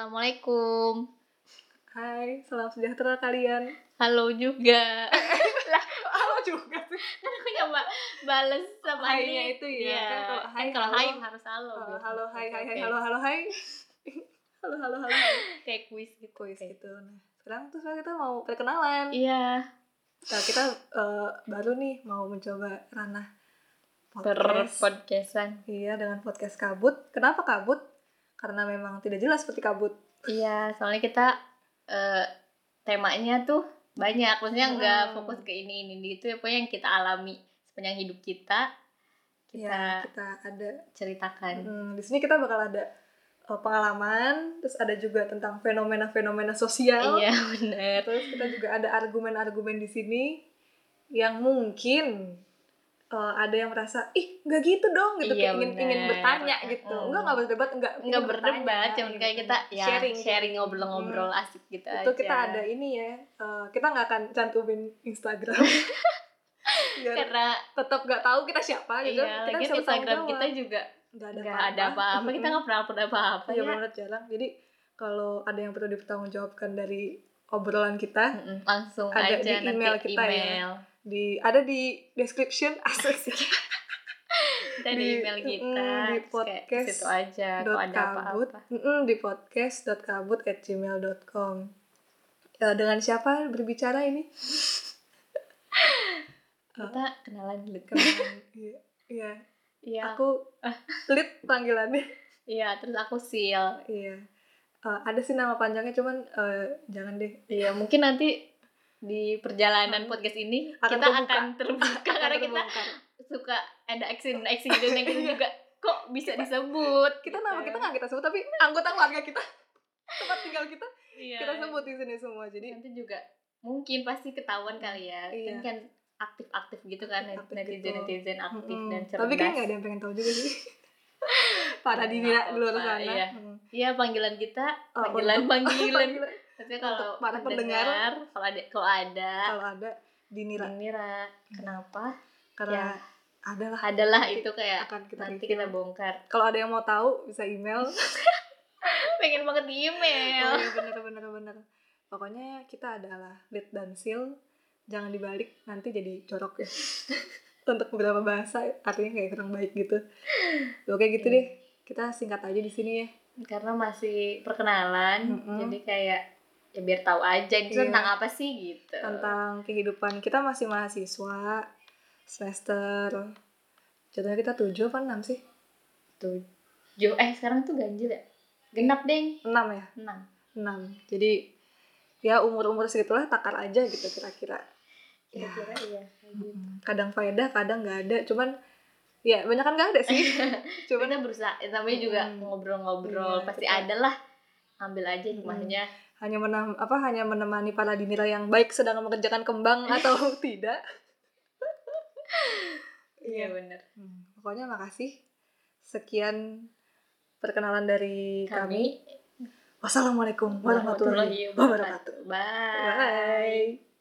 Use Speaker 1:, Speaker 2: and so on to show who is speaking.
Speaker 1: Assalamualaikum.
Speaker 2: Hai, salam sejahtera kalian.
Speaker 1: Halo juga.
Speaker 2: Halo juga sih.
Speaker 1: kan aku nyoba bales sama
Speaker 2: Hai-nya itu ya.
Speaker 1: Iya.
Speaker 2: Kan kalau
Speaker 1: Kan kalau hai
Speaker 2: hai, halo.
Speaker 1: harus halo.
Speaker 2: Oh,
Speaker 1: biasanya.
Speaker 2: halo, hai, hai, hai,
Speaker 1: Oke.
Speaker 2: halo, halo, hai. halo, halo, halo. hai.
Speaker 1: Kayak kuis gitu.
Speaker 2: Kuis
Speaker 1: Oke.
Speaker 2: gitu. Nah, sekarang tuh sekarang kita mau perkenalan.
Speaker 1: Iya.
Speaker 2: Nah, kita eh, baru nih mau mencoba ranah podcast.
Speaker 1: Perpodcastan.
Speaker 2: Iya, dengan podcast kabut. Kenapa kabut? Karena memang tidak jelas seperti kabut.
Speaker 1: Iya, soalnya kita eh, temanya tuh banyak. Maksudnya nggak
Speaker 2: Hmm.
Speaker 1: fokus ke ini ini gitu ya. Pokoknya yang kita alami sepanjang hidup kita kita
Speaker 2: Iya, kita ada
Speaker 1: ceritakan.
Speaker 2: Hmm, di sini kita bakal ada eh, pengalaman, terus ada juga tentang fenomena-fenomena sosial.
Speaker 1: Iya, bener.
Speaker 2: Terus kita juga ada argumen-argumen di sini yang mungkin eh, ada yang merasa ih nggak gitu dong gitu
Speaker 1: Iya,
Speaker 2: kayak ingin
Speaker 1: bener.
Speaker 2: ingin bertanya gitu.
Speaker 1: Mm.
Speaker 2: Enggak nggak gitu. berdebat, enggak
Speaker 1: nggak berdebat, cuman kayak kita ya sharing,
Speaker 2: ngobrol
Speaker 1: ngobrol-ngobrol asik gitu
Speaker 2: Hmm. Itu
Speaker 1: aja.
Speaker 2: kita ada ini ya. eh, kita nggak akan cantumin Instagram. Biar
Speaker 1: karena
Speaker 2: tetap nggak tahu kita siapa gitu.
Speaker 1: iya,
Speaker 2: kita
Speaker 1: lagi
Speaker 2: bisa
Speaker 1: Instagram
Speaker 2: bertanggung
Speaker 1: kita
Speaker 2: jawab.
Speaker 1: juga
Speaker 2: nggak
Speaker 1: nggak ada apa-apa, kita nggak pernah pernah apa-apa
Speaker 2: Iya
Speaker 1: ya.
Speaker 2: benar jarang. Jadi kalau ada yang perlu dipertanggungjawabkan dari obrolan kita
Speaker 1: Mm-mm, langsung
Speaker 2: Ada
Speaker 1: aja
Speaker 2: di email
Speaker 1: nanti
Speaker 2: kita ya.
Speaker 1: email
Speaker 2: di ada di description
Speaker 1: kita
Speaker 2: asik
Speaker 1: di
Speaker 2: Di-
Speaker 1: email kita
Speaker 2: mm, di
Speaker 1: terus kayak ke situ aja kalau
Speaker 2: dot
Speaker 1: ada
Speaker 2: kabut eh.
Speaker 1: apa-apa
Speaker 2: Mm-mm, di podcast.kabut@gmail.com. Eh, dengan siapa berbicara ini?
Speaker 1: kita kenalan dulu
Speaker 2: Iya. Iya.
Speaker 1: iya
Speaker 2: Aku lead panggilannya.
Speaker 1: iya terus aku seal
Speaker 2: Iya. Eh, ada sih nama panjangnya cuman eh, jangan deh.
Speaker 1: iya mungkin nanti di perjalanan podcast ini
Speaker 2: Akan
Speaker 1: kita
Speaker 2: terbuka.
Speaker 1: akan terbuka karena kita
Speaker 2: terbongkar.
Speaker 1: suka ada action action yang
Speaker 2: Iya.
Speaker 1: kita gitu juga kok bisa disebut
Speaker 2: kita
Speaker 1: gitu.
Speaker 2: nama kita nggak kita sebut tapi anggota keluarga kita tempat tinggal kita
Speaker 1: Iya.
Speaker 2: kita sebut di sini semua jadi
Speaker 1: nanti juga mungkin pasti ketahuan kali ya
Speaker 2: Iya.
Speaker 1: kan kan aktif-aktif gitu kan
Speaker 2: Aktif-aktif
Speaker 1: netizen
Speaker 2: gitu.
Speaker 1: netizen aktif
Speaker 2: Mm-mm.
Speaker 1: dan cerdas
Speaker 2: tapi kan nggak ada yang pengen tahu juga sih para
Speaker 1: Iya,
Speaker 2: di
Speaker 1: nggak
Speaker 2: di luar
Speaker 1: apa-apa,
Speaker 2: sana
Speaker 1: iya.
Speaker 2: Mm.
Speaker 1: iya panggilan kita
Speaker 2: Oh,
Speaker 1: panggilan
Speaker 2: untuk-
Speaker 1: panggilan
Speaker 2: Panggilan.
Speaker 1: tapi kalau
Speaker 2: Untuk para pendengar.
Speaker 1: pendengar, kalau ada kalau ada
Speaker 2: kalau ada dinira
Speaker 1: ini Ra, kenapa
Speaker 2: karena
Speaker 1: Ya.
Speaker 2: adalah
Speaker 1: adalah
Speaker 2: Nanti
Speaker 1: itu kayak
Speaker 2: akan kita
Speaker 1: nanti
Speaker 2: review.
Speaker 1: kita bongkar
Speaker 2: kalau ada yang mau tahu bisa email
Speaker 1: pengen banget di
Speaker 2: oh,
Speaker 1: email
Speaker 2: iya, bener bener bener pokoknya kita adalah lead dan seal jangan dibalik nanti jadi corok ya untuk beberapa bahasa artinya kayak kurang baik gitu oke gitu
Speaker 1: Iya.
Speaker 2: deh kita singkat aja di sini ya
Speaker 1: karena masih perkenalan
Speaker 2: Mm-mm.
Speaker 1: jadi kayak ya biar tahu aja ini
Speaker 2: Iya.
Speaker 1: tentang apa sih gitu
Speaker 2: tentang kehidupan kita masih mahasiswa semester jatuhnya kita tujuh apa enam sih
Speaker 1: tujuh eh sekarang tuh ganjil ya genap deng
Speaker 2: enam ya
Speaker 1: enam
Speaker 2: enam jadi ya umur umur segitulah takar aja gitu kira-kira Ya.
Speaker 1: kira-kira iya kayak gitu.
Speaker 2: kadang faedah kadang nggak ada cuman ya banyak kan nggak ada sih cuman
Speaker 1: kita berusaha ya, namanya juga
Speaker 2: Hmm.
Speaker 1: ngobrol-ngobrol
Speaker 2: Iya,
Speaker 1: pasti
Speaker 2: betul. Hmm.
Speaker 1: ada lah ambil aja hikmahnya
Speaker 2: hanya menem apa hanya menemani para dinira yang baik sedang mengerjakan kembang atau tidak
Speaker 1: iya bener
Speaker 2: Hmm, pokoknya makasih sekian perkenalan dari
Speaker 1: kami
Speaker 2: kami. Wassalamualaikum warahmatullahi wabarakatuh.
Speaker 1: bye,
Speaker 2: Bye.